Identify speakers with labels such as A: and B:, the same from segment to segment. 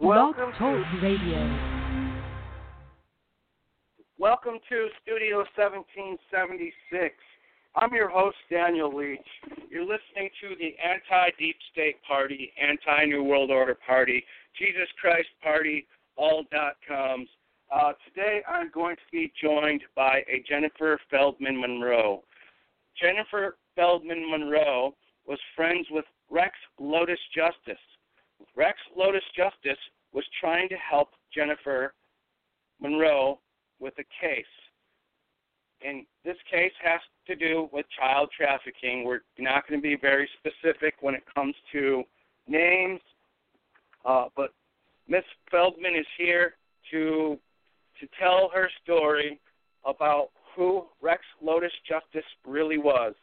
A: Welcome
B: Blog
A: to,
B: Talk Radio.
A: welcome to Studio 1776. I'm your host, Daniel Leach. You're listening to the Anti Deep State Party, Anti New World Order Party, Jesus Christ Party, all.coms. Uh, today I'm going to be joined by a Jennifer Feldman Monroe. Jennifer Feldman Monroe was friends with Rex Lotus Justice. Rex Lotus Justice was trying to help Jennifer Monroe with a case. And this case has to do with child trafficking. We're not going to be very specific when it comes to names, uh, but Miss Feldman is here to to tell her story about who Rex Lotus Justice really was.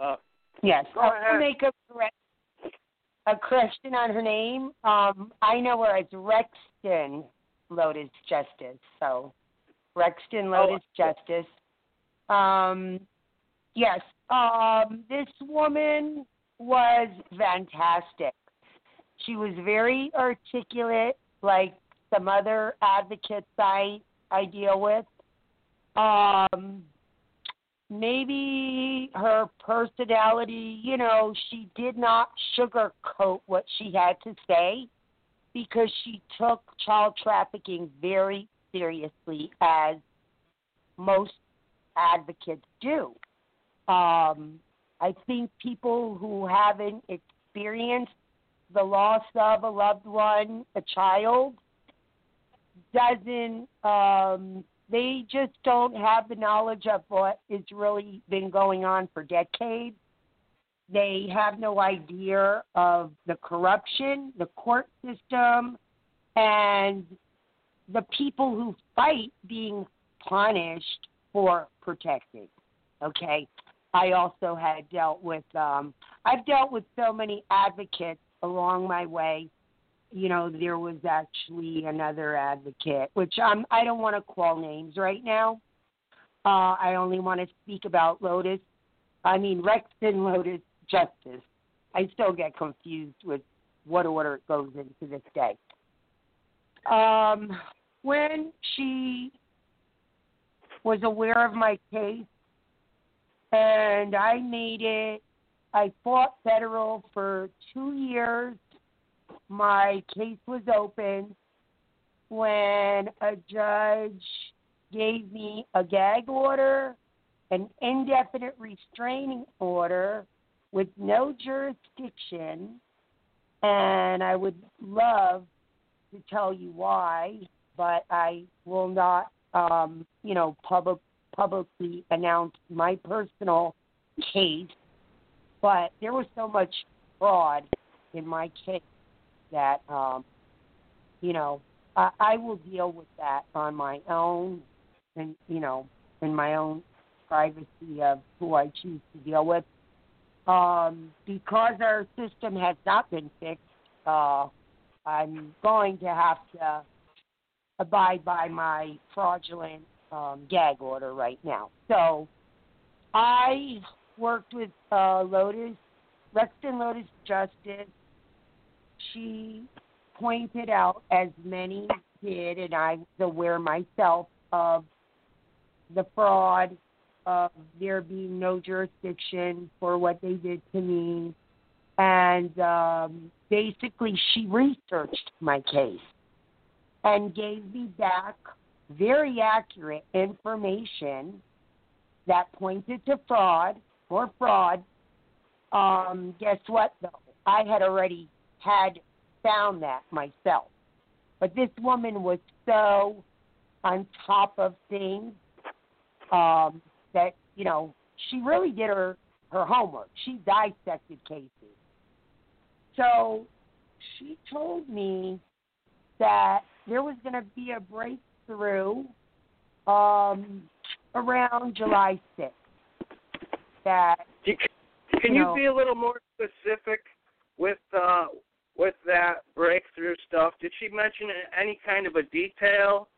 A: Uh,
C: Yes.
A: Go
C: I'll
A: ahead.
C: make a, correct- a correction on her name. Um, I know her as Rexton Lotus Justice. So, Rexton Lotus Justice. Um, yes. Um, this woman was fantastic. She was very articulate, like some other advocates I I deal with. Um, maybe her personality, you know, she did not sugarcoat what she had to say because she took child trafficking very seriously, as most advocates do. Um, I think people who haven't experienced the loss of a loved one, a child, doesn't um they just don't have the knowledge of what has really been going on for decades. They have no idea of the corruption, the court system, and the people who fight being punished for protecting. Okay. I also had dealt with um I've dealt with so many advocates along my way you know, there was actually another advocate, which um, I don't want to call names right now. Uh, I only want to speak about Lotus. I mean, Rex and Lotus Justice. I still get confused with what order it goes in to this day. Um, when she was aware of my case, and I made it, I fought federal for two years my case was open when a judge gave me a gag order, an indefinite restraining order with no jurisdiction, and I would love to tell you why, but I will not, um, you know, public, publicly announce my personal case. But there was so much fraud in my case that um you know I, I will deal with that on my own and you know in my own privacy of who I choose to deal with um because our system has not been fixed uh I'm going to have to abide by my fraudulent um gag order right now so I worked with uh Lotus Rexton Lotus Justice she pointed out, as many did, and I was aware myself of the fraud, of there being no jurisdiction for what they did to me. And um, basically, she researched my case and gave me back very accurate information that pointed to fraud or fraud. Um, guess what, though? I had already had found that myself. But this woman was so on top of things um, that, you know, she really did her, her homework. She dissected cases. So she told me that there was going to be a breakthrough um, around July 6th. That
A: Can can you
C: No.
A: be a little more specific with uh, with that breakthrough stuff? Did she mention any kind of a detail?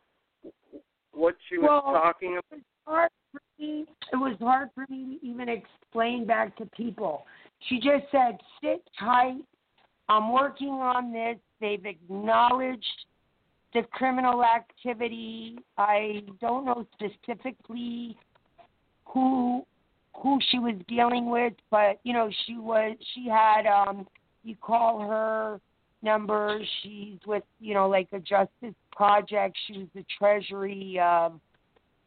A: What she was
C: Well-
A: talking about?
C: hard for me. It was hard for me to even explain back to people. She just said, "Sit tight. I'm working on this. They've acknowledged the criminal activity. I don't know specifically who who she was dealing with, but you know she was she had um you call her number. She's with you know like a Justice Project. She was the Treasury. Um,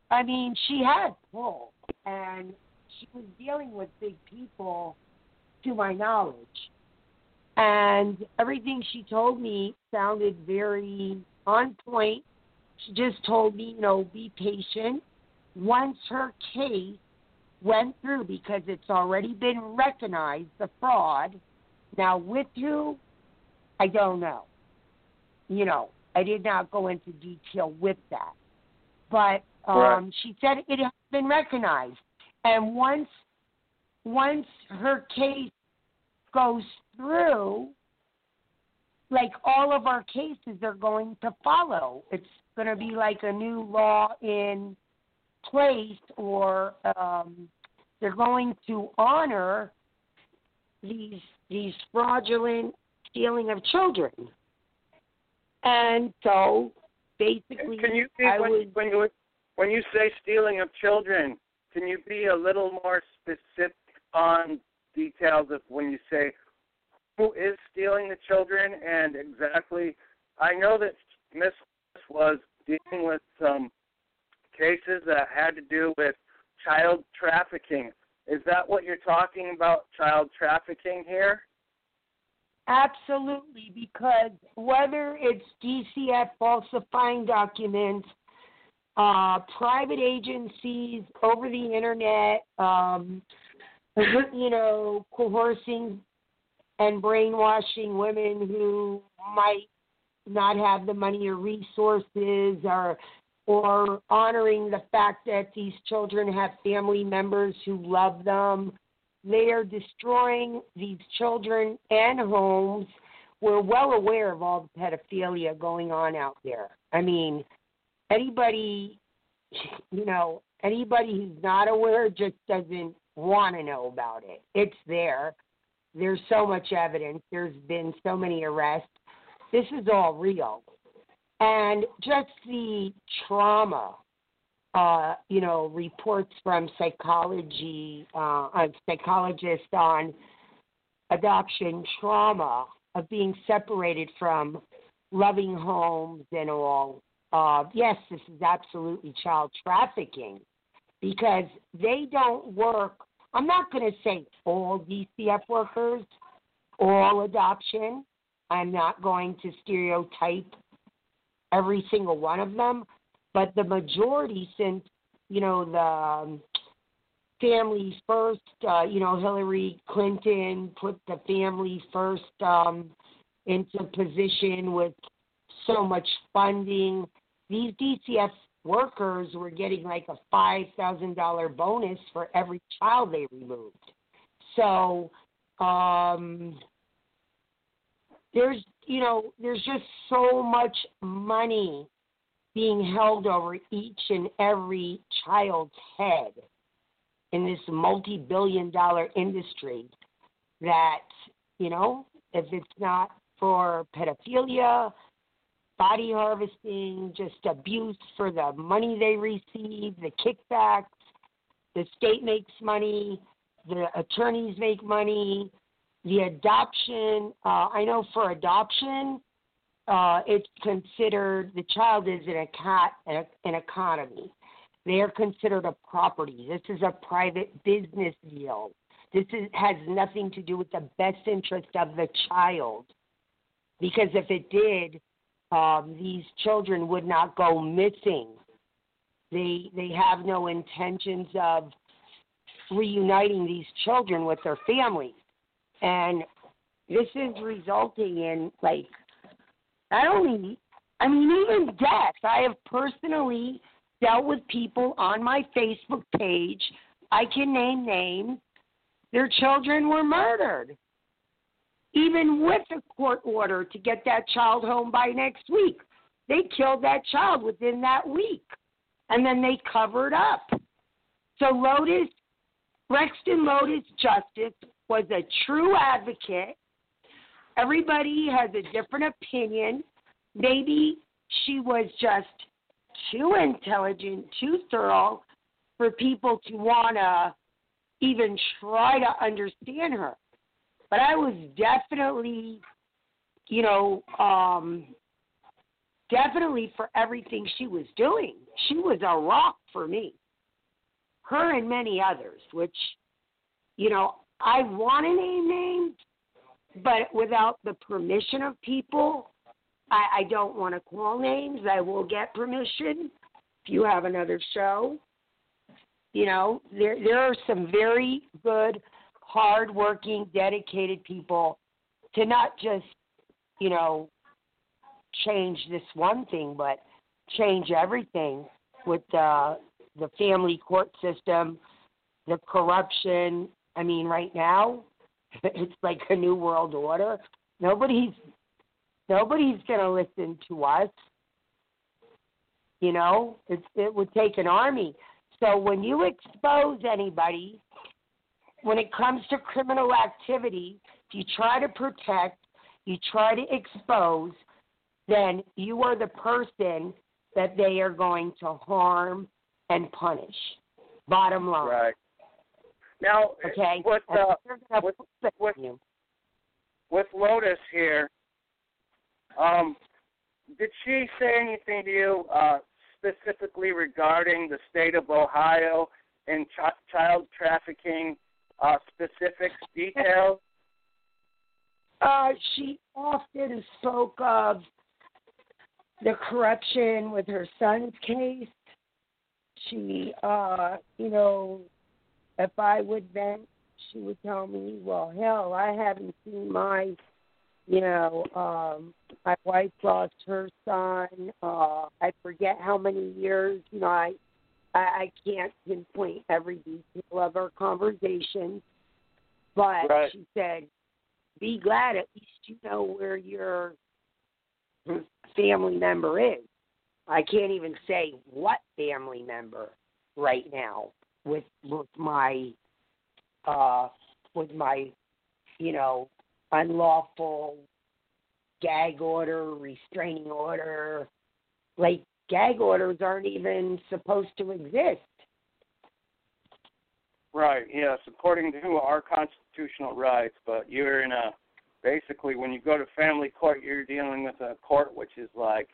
C: I mean she had pull and she was dealing with big people, to my knowledge. And everything she told me sounded very on point. She just told me, you know, be patient. Once her case went through, because it's already been recognized, the fraud, now with who, I don't know. You know, I did not go into detail with that. But um,
A: Right.
C: she said it has been recognized. And once once her case goes through, like all of our cases are going to follow. It's going to be like a new law in place, or um, they're going to honor these these fraudulent stealing of children. And so, basically,
A: Can you be,
C: I
A: when,
C: was
A: when you when you say stealing of children, can you be a little more specific on details of when you say who is stealing the children and exactly? I know that Miss was dealing with some cases that had to do with child trafficking. Is that what you're talking about? Child trafficking here?
C: Absolutely, because whether it's DCF falsifying documents, uh, private agencies over the internet, um, you know, coercing and brainwashing women who might not have the money or resources or or honoring the fact that these children have family members who love them they are destroying these children and homes. We're well aware of all the pedophilia going on out there. I mean, anybody, you know, anybody who's not aware just doesn't want to know about it. It's there. There's so much evidence. There's been so many arrests. This is all real. And just the trauma uh, you know, reports from psychology, uh, uh, psychologists on adoption trauma of being separated from loving homes and all. Uh, yes, this is absolutely child trafficking because they don't work. I'm not going to say all DCF workers, all adoption. I'm not going to stereotype every single one of them but the majority since you know the um, family first uh, you know hillary clinton put the family first um, into position with so much funding these dcf workers were getting like a five thousand dollar bonus for every child they removed so um there's you know there's just so much money being held over each and every child's head in this multi billion dollar industry that, you know, if it's not for pedophilia, body harvesting, just abuse for the money they receive, the kickbacks, the state makes money, the attorneys make money, the adoption. Uh, I know for adoption, uh, it's considered the child is an, eco- an, an economy. They are considered a property. This is a private business deal. This is, has nothing to do with the best interest of the child, because if it did, um, these children would not go missing. They they have no intentions of reuniting these children with their families, and this is resulting in like not only I mean even death. I have personally dealt with people on my Facebook page. I can name names. Their children were murdered. Even with a court order to get that child home by next week. They killed that child within that week. And then they covered up. So Lotus Rexton Lotus Justice was a true advocate Everybody has a different opinion. Maybe she was just too intelligent, too thorough for people to want to even try to understand her. But I was definitely, you know, um, definitely for everything she was doing. She was a rock for me. Her and many others, which, you know, I want to name names, but without the permission of people, I, I don't want to call names. I will get permission if you have another show. You know, there there are some very good, hardworking, dedicated people to not just, you know, change this one thing, but change everything with uh, the family court system, the corruption. I mean, right now, it's like a new world order. Nobody's nobody's going to listen to us. You know, it's, it would take an army. So when you expose anybody, when it comes to criminal activity, if you try to protect, you try to expose, then you are the person that they are going to harm and punish. Bottom line.
A: Right. Now,
C: Okay.
A: with, uh,
C: They're gonna
A: with-
C: put
A: with-
C: you.
A: with Lotus here, um, did she say anything to you uh, specifically regarding the state of Ohio and chi- child trafficking uh, specifics, details?
C: Uh, she often spoke of the corruption with her son's case. She, uh, you know, if I would vent, she would tell me, "Well, hell, I haven't seen my, you know, um, my wife lost her son. Uh, I forget how many years. You know, I, I, I can't pinpoint every detail of our conversation, but
A: Right.
C: she said, be glad at least you know where your family member is. I can't even say what family member right now with with my uh with my you know unlawful gag order, restraining order. Like gag orders aren't even supposed to exist.
A: Right. Yes, according to our constitutional rights, but you're in a basically when you go to family court, you're dealing with a court which is like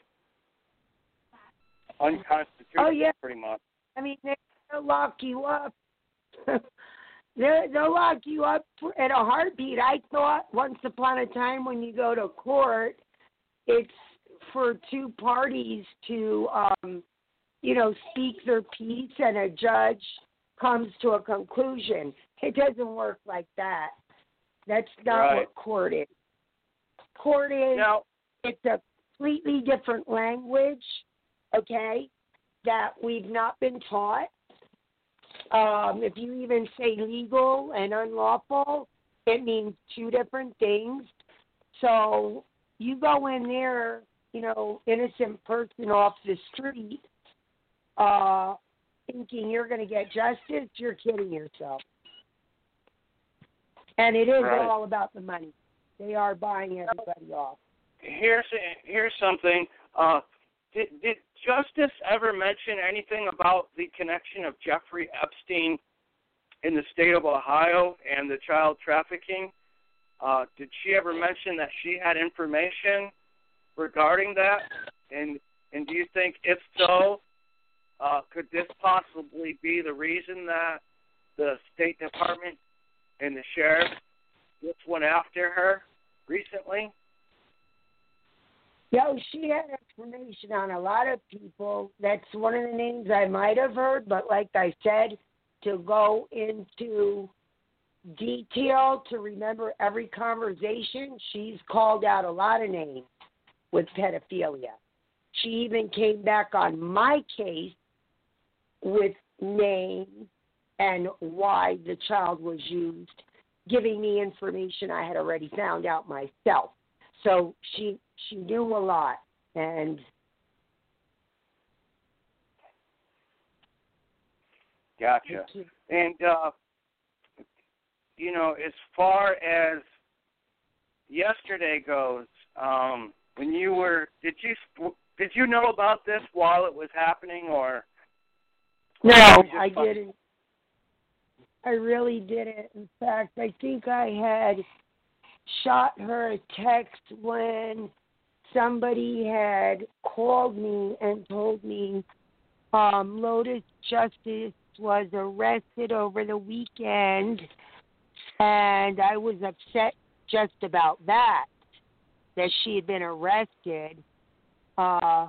A: unconstitutional,
C: Oh, yeah.
A: pretty much.
C: I mean, they- they'll lock you up. They're- they'll lock you up for, in a heartbeat. I thought once upon a time when you go to court, it's for two parties to, um, you know, speak their piece and a judge comes to a conclusion. It doesn't work like that. That's not
A: Right.
C: what court is. Court is
A: Now,
C: it's a completely different language, okay, that we've not been taught. Um, if you even say legal and unlawful, it means two different things. So you go in there, you know, innocent person off the street, uh, thinking you're going to get justice, you're kidding yourself. And it is
A: Right.
C: all about the money. They are buying everybody off.
A: here's here's something. Uh, did, did Justice ever mention anything about the connection of Jeffrey Epstein in the state of Ohio and the child trafficking? Uh, did she ever mention that she had information regarding that? And and do you think if so, uh, could this possibly be the reason that the State Department and the sheriff just went after her recently?
C: Yo, she had information on a lot of people. That's one of the names I might have heard, but like I said, to go into detail to remember every conversation, she's called out a lot of names with pedophilia. She even came back on my case with names and why the child was used, giving me information I had already found out myself. So she she knew a lot, and
A: Gotcha. And uh you know, as far as yesterday goes, um, when you were, did you did you know about this while it was happening, or?
C: No,
A: or
C: I didn't. I really didn't. In fact, I think I had shot her a text when somebody had called me and told me um, Lotus Justice was arrested over the weekend, and I was upset just about that, that she had been arrested. Uh,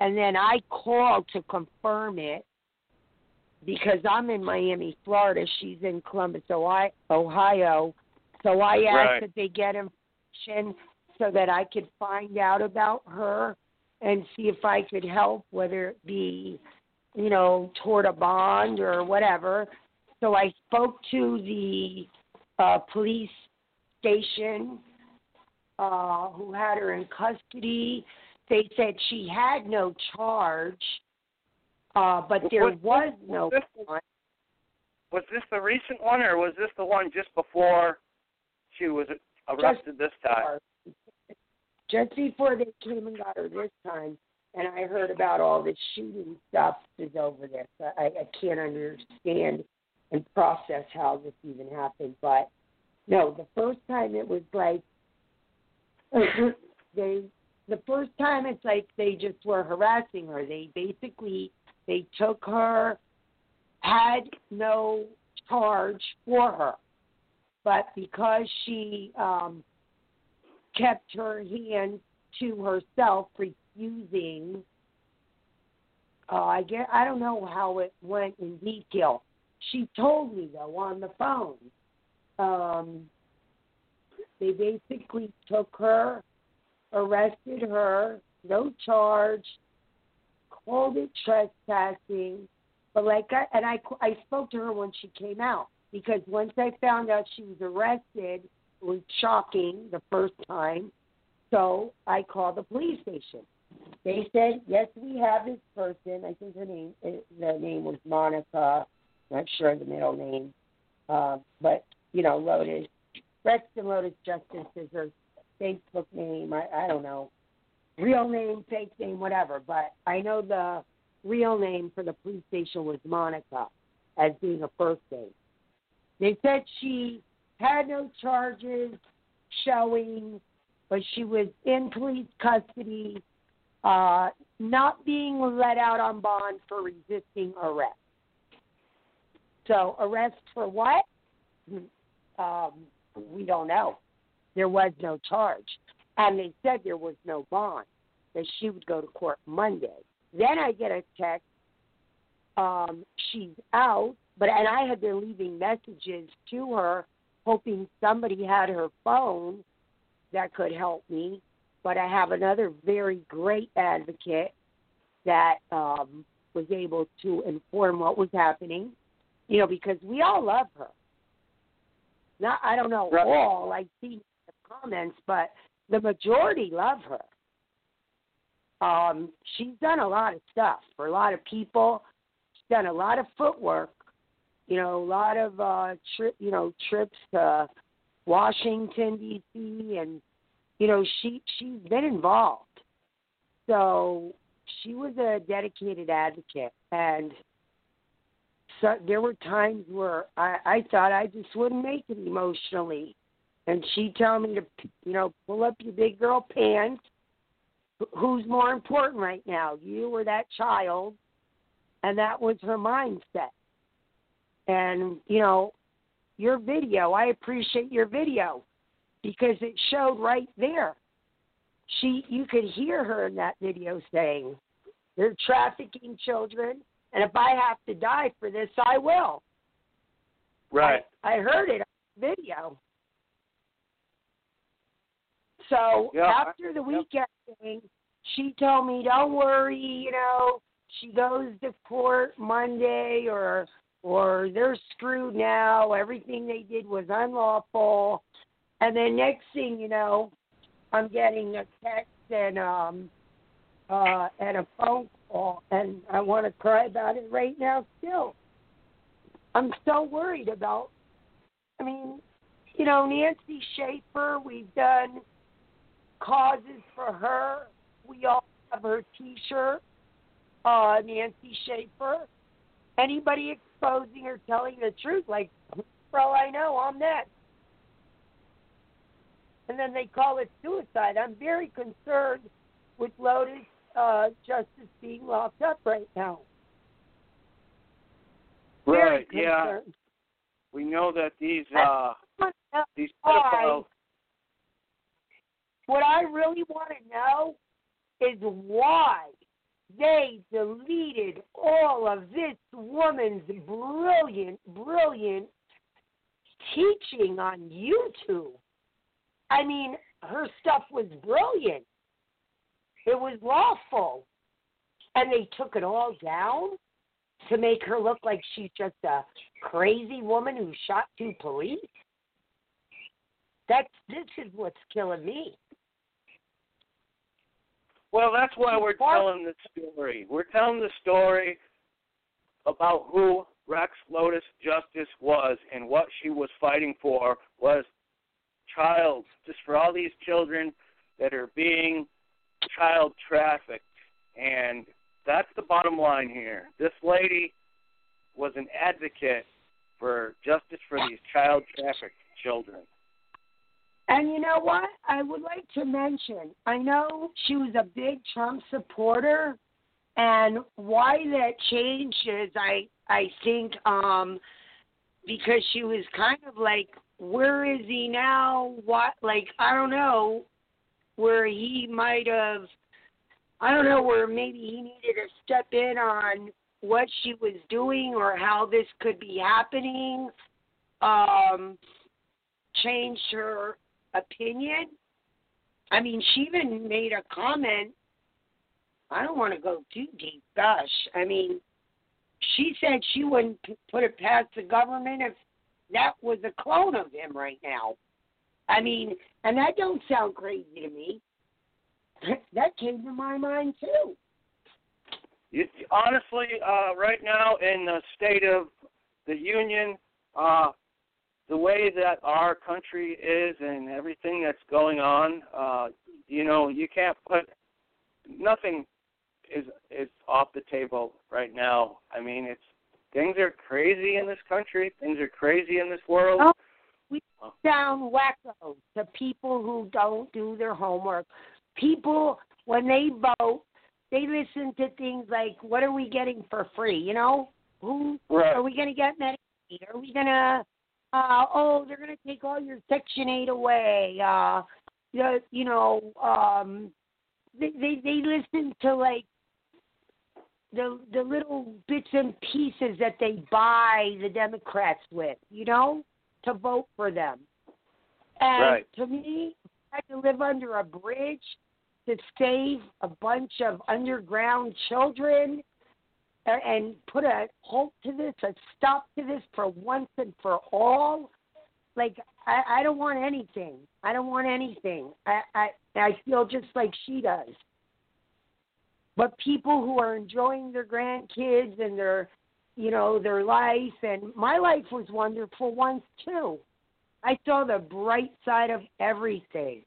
C: and then I called to confirm it because I'm in Miami, Florida. She's in Columbus, Ohio. Ohio. So I asked
A: Right.
C: that they get information so that I could find out about her and see if I could help, whether it be, you know, toward a bond or whatever. So I spoke to the uh, police station uh, who had her in custody. They said she had no charge, uh, but there
A: Was this-
C: was no
A: this-
C: one.
A: Was this the recent one, or was this the one just before she was arrested this time?
C: Just before they came and got her this time, and I heard about all the shooting stuff is over this. I, I can't understand and process how this even happened. But no, the first time it was like they. The first time it's like they just were harassing her. They basically they took her, had no charge for her, but because she um, kept her hand to herself, refusing. Uh, I get. I don't know how it went in detail. She told me though on the phone. Um, they basically took her, arrested her, no charge, called it trespassing. But like I and I, I spoke to her when she came out because once I found out she was arrested, was shocking the first time. So I called the police station. They said, "Yes, we have this person. I think her name uh, the name was Monica. Not sure of the middle name, uh, but you know, Lotus Rex and Lotus Justice is her Facebook name. I, I don't know, real name, fake name, whatever. But I know the real name for the police station was Monica, as being a first name. They said she had no charges showing, but she was in police custody, uh, not being let out on bond for resisting arrest. So, arrest for what? Um, we don't know. There was no charge. And they said there was no bond, that she would go to court Monday. Then I get a text um, she's out, but and I had been leaving messages to her, hoping somebody had her phone that could help me. But I have another very great advocate that um, was able to inform what was happening. You know, because we all love her. Not, I don't know
A: Right.
C: all. I see the comments, but the majority love her. Um, she's done a lot of stuff for a lot of people. She's done a lot of footwork, you know, a lot of uh trip, you know, trips to Washington D.C. and you know, she she's been involved. So she was a dedicated advocate, and so there were times where I, I thought I just wouldn't make it emotionally, and she told me to, you know, pull up your big girl pants who's more important right now, you or that child? And that was her mindset. And, you know, your video, I appreciate your video because it showed right there. She you could hear her in that video saying, They're trafficking children and if I have to die for this, I will.
A: Right.
C: I, I heard it on the video. So
A: Yeah, I-
C: after the weekend thing, she told me, "Don't worry, you know, she goes to court Monday, or or they're screwed now. Everything they did was unlawful." And then next thing you know, I'm getting a text and um uh and a phone call, and I want to cry about it right now. Still, I'm so worried about I mean, you know, Nancy Schaefer, we've done causes for her. We all have her t shirt, uh, Nancy Schaefer. Anybody exposing or telling the truth, like, for all I know, I'm next. And then they call it suicide. I'm very concerned with Lotus uh, justice being locked up right now. Very
A: Right, yeah.
C: concerned.
A: We know that these uh these
C: Why?
A: pedophiles
C: What I really want to know is why they deleted all of this woman's brilliant, brilliant teaching on YouTube. I mean, her stuff was brilliant, it was lawful. And they took it all down to make her look like she's just a crazy woman who shot two police. That's this is what's killing me.
A: Well, that's why we're
C: Bar-
A: telling the story. We're telling the story about who Rex Lotus Justice was and what she was fighting for was child, just for all these children that are being child trafficked. And that's the bottom line here. This lady was an advocate for justice for these child trafficked children.
C: And you know what? I would like to mention, I know she was a big Trump supporter, and why that changed is I I think um because she was kind of like, where is he now? What like I don't know where he might have I don't know where maybe he needed to step in on what she was doing or how this could be happening. Um changed her opinion. I mean, she even made a comment. I don't want to go too deep. Gosh, I mean, she said she wouldn't p- put it past the government if that was a clone of him right now. I mean, and that don't sound crazy to me. that came to my mind too.
A: It, honestly, uh, right now in the state of the union, uh, the way that our country is and everything that's going on, uh, you know, you can't put nothing is is off the table right now. I mean, it's things are crazy in this country. Things are crazy in this world.
C: Oh. sound wacko to people who don't do their homework. People, when they vote, they listen to things like, what are we getting for free? You know, who
A: Right.
C: are we going to get Medicaid? Are we going to, uh, oh, they're going to take all your Section 8 away. Uh, the, you know, um, they, they, they listen to like the, the little bits and pieces that they buy the Democrats with, you know, to vote for them. And
A: Right.
C: to me, I had to live under a bridge to save a bunch of underground children a- and put a halt to this, a stop to this for once and for all. Like I, I don't want anything. I don't want anything. I, I I feel just like she does. But people who are enjoying their grandkids and their, you know, their life and my life was wonderful once too. I saw the bright side of everything.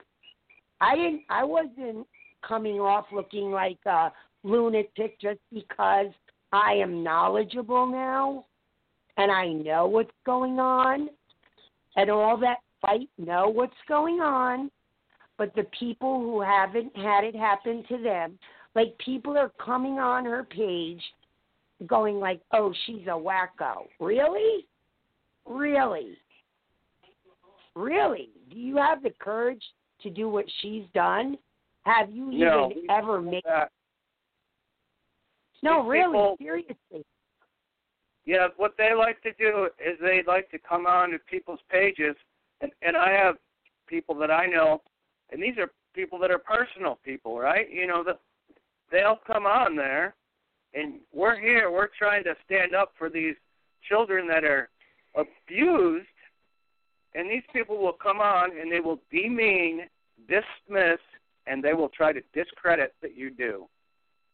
C: I didn't. I wasn't coming off looking like a lunatic just because I am knowledgeable now and I know what's going on and all that fight know what's going on. But the people who haven't had it happen to them, like people are coming on her page going like, oh, she's a wacko. Really? Really? Really? Do you have the courage to do what she's done? Have you even
A: No.
C: ever made
A: Uh,
C: no,
A: These
C: really,
A: people-
C: seriously.
A: Yeah, what they like to do is they like to come on to people's pages, and, and I have people that I know, and these are people that are personal people, right? You know, the, they'll come on there, and we're here, we're trying to stand up for these children that are abused, and these people will come on and they will demean, dismiss, and they will try to discredit that you do,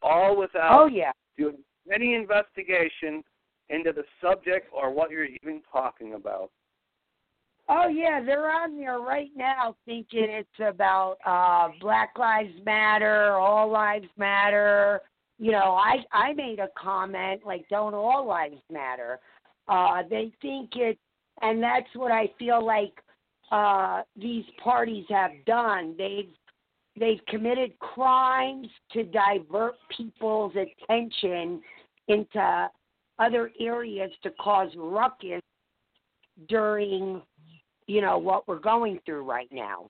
A: all without
C: Oh yeah,
A: doing any investigation into the subject or what you're even talking about.
C: Oh yeah, they're on there right now thinking it's about uh Black Lives Matter, all lives matter. You know, I I made a comment like don't all lives matter. Uh they think it and that's what I feel like uh these parties have done. They've they've committed crimes to divert people's attention into other areas to cause ruckus during you know what we're going through right now.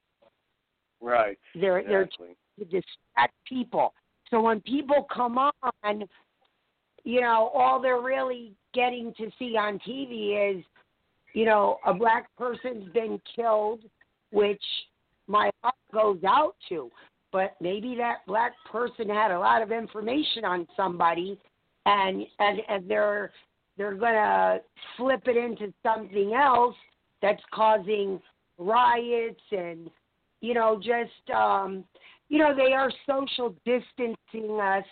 A: Right.
C: They're they're
A: exactly.
C: to distract people. So when people come on, you know, all they're really getting to see on TV is, you know, a black person's been killed, which my heart goes out to. But maybe that black person had a lot of information on somebody, and and and they're they're gonna flip it into something else that's causing riots and you know just um you know they are social distancing us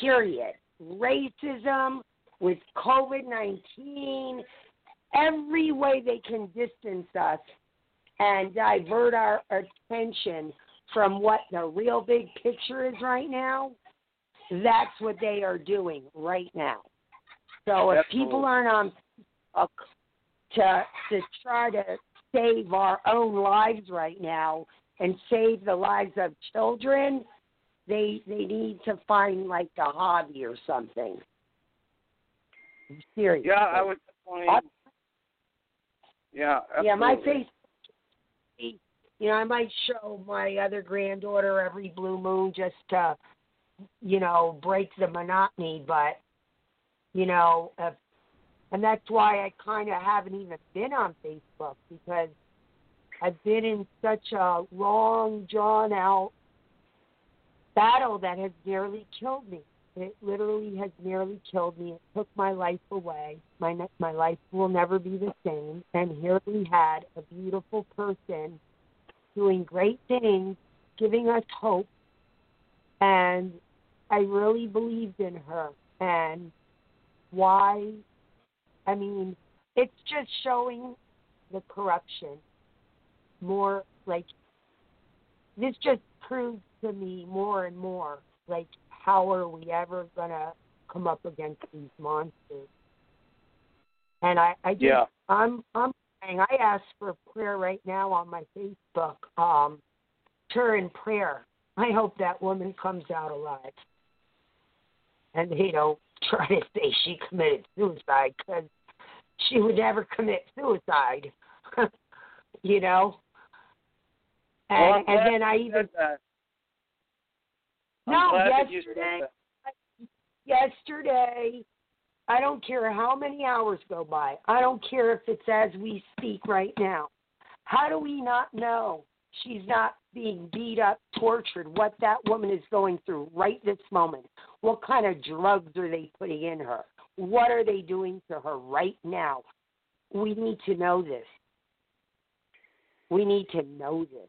C: period racism with covid-19 every way they can distance us and divert our attention from what the real big picture is right now that's what they are doing right now so if people
A: Absolutely.
C: aren't on Facebook to to try to save our own lives right now and save the lives of children, they they need to find like a hobby or something. Seriously.
A: Yeah, I would definitely. Yeah. Absolutely.
C: Yeah, my Facebook. You know, I might show my other granddaughter every blue moon just to, you know, break the monotony. But, you know, if, and that's why I kind of haven't even been on Facebook because I've been in such a long, drawn out battle that has nearly killed me. It literally has nearly killed me. It took my life away. My ne- my life will never be the same. And here we had a beautiful person doing great things, giving us hope. And I really believed in her. And why? I mean, it's just showing the corruption more like this just proves to me more and more like how are we ever gonna come up against these monsters? And I, I just
A: Yeah.
C: I'm I'm praying. I ask for prayer right now on my Facebook. Um turn in prayer. I hope that woman comes out alive. And they don't try to say she committed suicide because she would never commit suicide. you know? And,
A: Well, I'm glad
C: and then I
A: you
C: even
A: said that. I'm
C: no,
A: glad that you said
C: yesterday,
A: that.
C: yesterday, I don't care how many hours go by. I don't care if it's as we speak right now. How do we not know she's not being beat up, tortured, what that woman is going through right this moment? What kind of drugs are they putting in her? What are they doing to her right now? We need to know this. We need to know this.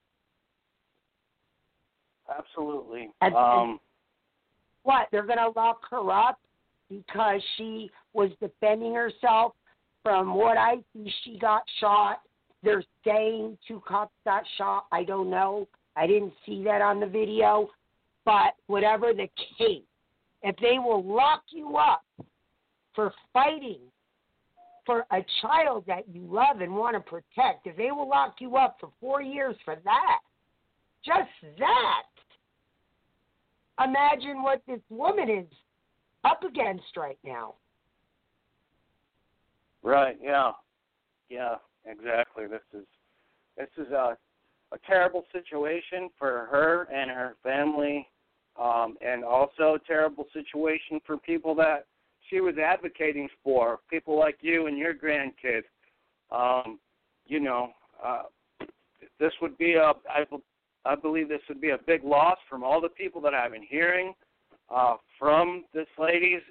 A: Absolutely.
C: And-
A: um,
C: what they're going to lock her up because she was defending herself from what i see she got shot they're saying two cops got shot i don't know i didn't see that on the video but whatever the case if they will lock you up for fighting for a child that you love and want to protect if they will lock you up for four years for that just that imagine what this woman is up against right now.
A: Right. Yeah. Yeah. Exactly. This is this is a a terrible situation for her and her family, um, and also a terrible situation for people that she was advocating for, people like you and your grandkids. Um, you know, uh, this would be a I, be- I believe this would be a big loss from all the people that I've been hearing uh, from this lady's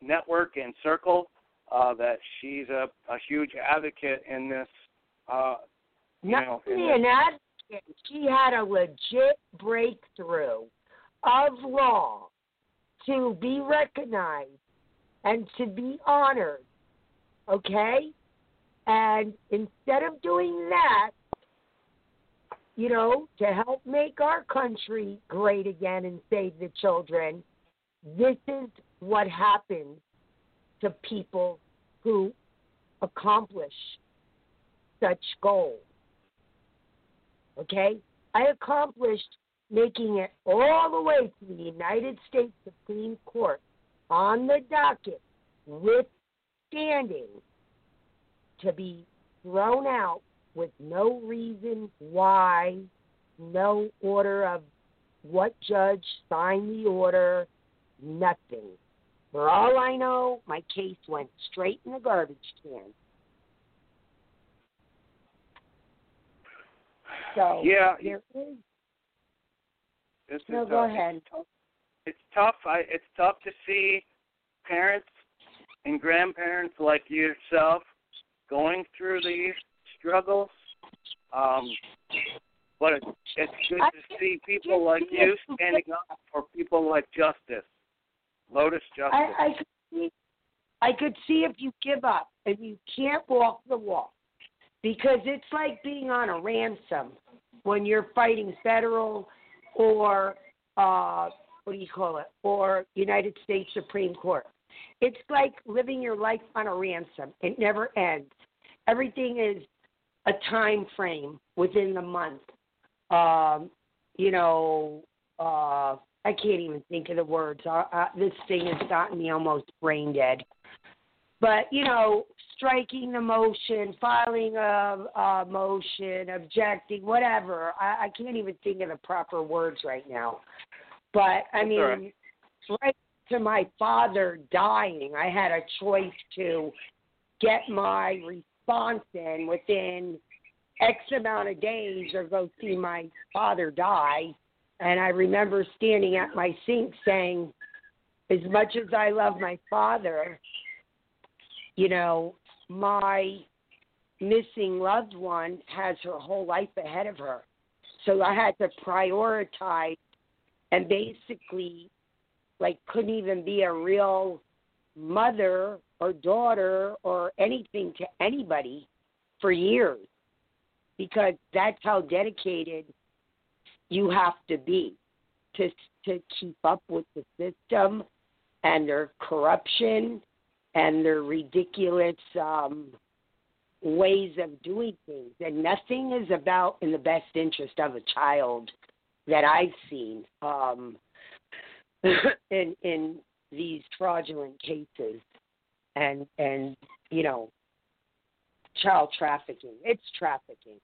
A: network and circle uh, that she's a, a huge advocate in this. Uh, you
C: Not
A: know, in
C: only
A: this-
C: an advocate, she had a legit breakthrough of law to be recognized and to be honored. Okay? And instead of doing that, you know, to help make our country great again and save the children, this is what happens to people who accomplish such goals. Okay? I accomplished making it all the way to the United States Supreme Court on the docket with standing to be thrown out with no reason why, no order of what judge signed the order, nothing. For all I know, my case went straight in the garbage can. So
A: yeah,
C: there is
A: this
C: no.
A: is
C: Go
A: uh,
C: ahead.
A: It's tough. I, it's tough to see parents and grandparents like yourself going through these struggles. Um, but it's, it's good
C: I
A: to see people like
C: see
A: you
C: it from
A: standing up for people like justice, Lotus Justice.
C: I, I could see, I could see if you give up and you can't walk the walk, because it's like being on a ransom when you're fighting federal or uh, what do you call it or United States Supreme Court. It's like living your life on a ransom. It never ends. Everything is a time frame within the month. Um, you know, uh, I can't even think of the words. Uh, uh, this thing has gotten me almost brain dead. But you know, striking the motion, filing a, a motion, objecting, whatever. I, I can't even think of the proper words right now. But I
A: That's
C: mean,
A: all right.
C: right to my father dying, I had a choice to get my response in within X amount of days or go see my father die. And I remember standing at my sink saying, as much as I love my father, you know, my missing loved one has her whole life ahead of her. So I had to prioritize and basically, like, couldn't even be a real mother or daughter or anything to anybody for years because that's how dedicated you have to be to to keep up with the system and their corruption and their ridiculous um, ways of doing things. And nothing is about in the best interest of a child that I've seen um, in in these fraudulent cases and and you know child trafficking. It's trafficking.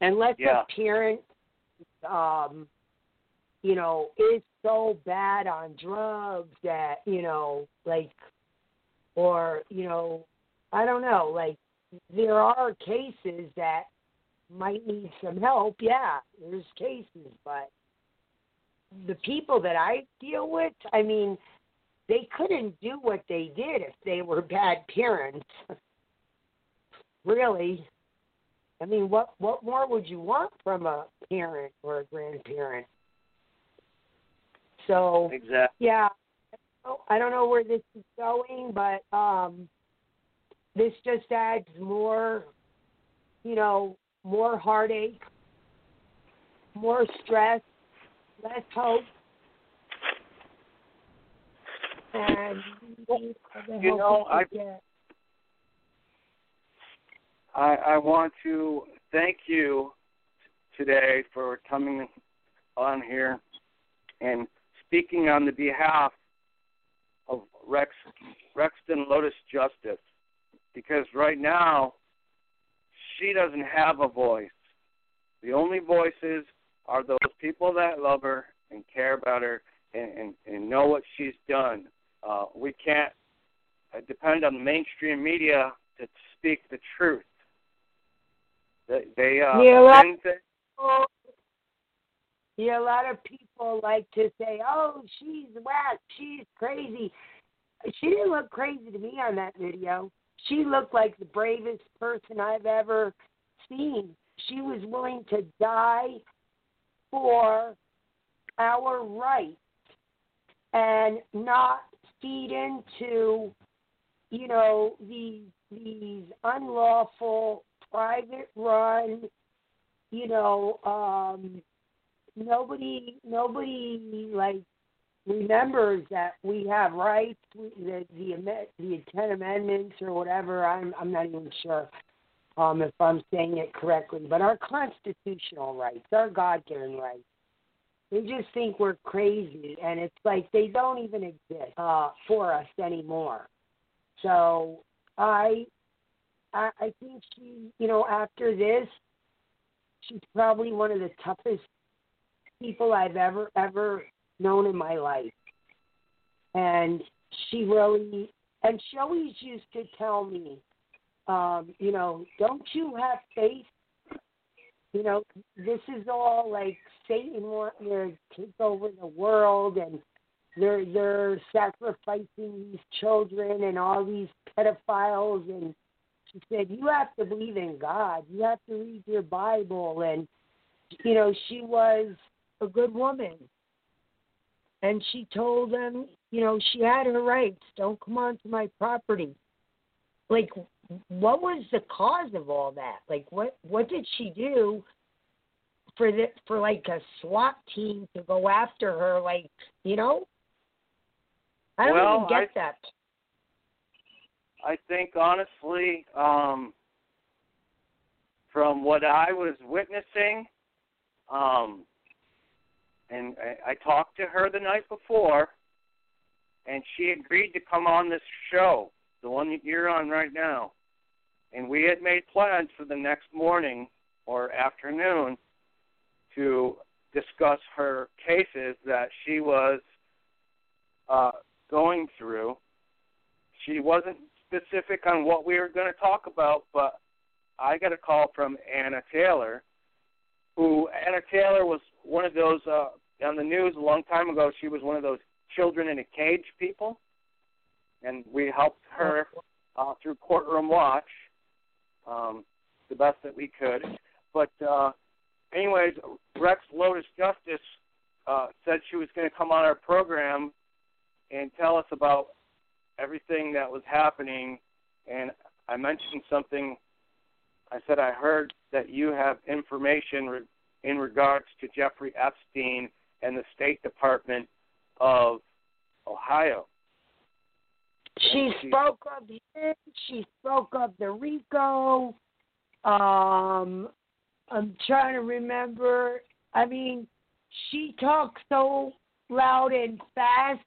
C: Unless
A: Yeah.
C: a parent, um, you know, is so bad on drugs that you know, like, or you know, I don't know, like, there are cases that might need some help. Yeah, there's cases, but the people that I deal with, I mean, they couldn't do what they did if they were bad parents. really. I mean, what what more would you want from a parent or a grandparent? So,
A: Exactly.
C: yeah. Oh, I don't know where this is going, but um, this just adds more, you know, more heartache, more stress, less hope, and
A: You know, I-
C: get.
A: I, I want to thank you today for coming on here and speaking on the behalf of Rex Rexton Lotus Justice because right now she doesn't have a voice. The only voices are those people that love her and care about her and, and, and know what she's done. Uh, we can't uh, depend on the mainstream media to speak the truth. They, they uh,
C: Yeah, well-
A: bend thi-
C: Yeah, a lot of people like to say, "Oh, she's whack, she's crazy." She didn't look crazy to me on that video. She looked like the bravest person I've ever seen. She was willing to die for our rights and not feed into you know these these unlawful private run you know um nobody nobody like remembers that we have rights we, the the amen- the ten amendments or whatever i'm i'm not even sure um if i'm saying it correctly but our constitutional rights our god given rights they just think we're crazy and it's like they don't even exist uh for us anymore so i i i think she you know after this she's probably one of the toughest people i've ever ever known in my life and she really and she always used to tell me um you know don't you have faith you know, this is all like Satan wanting to take over the world and they're they're sacrificing these children and all these pedophiles and she said, You have to believe in God. You have to read your Bible and you know, she was a good woman. And she told them, you know, she had her rights. Don't come onto my property. Like what was the cause of all that? Like what what did she do for the for like a SWAT team to go after her? Like you know, I don't
A: Well,
C: even get
A: I-
C: that.
A: I think honestly, um, from what I was witnessing, um, and I, I talked to her the night before, and she agreed to come on this show, the one that you're on right now. And we had made plans for the next morning or afternoon to discuss her cases that she was uh, going through she wasn't specific on what we were going to talk about, but I got a call from Anna Taylor, who Anna Taylor was one of those uh, on the news a long time ago. She was one of those children in a cage people, and we helped her uh, through courtroom watch um, the best that we could. But uh, anyways, Rex Lotus Justice uh, said she was going to come on our program and tell us about everything that was happening and I mentioned something I said I heard that you have information re- in regards to Jeffrey Epstein and the State Department of Ohio.
C: She
A: she-
C: spoke of him. She spoke of the Rico. Um, I'm trying to remember. I mean, she talks so loud and fast.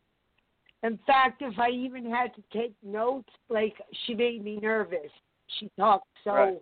C: In fact, if I even had to take notes, like she made me nervous. She talked so
A: Right.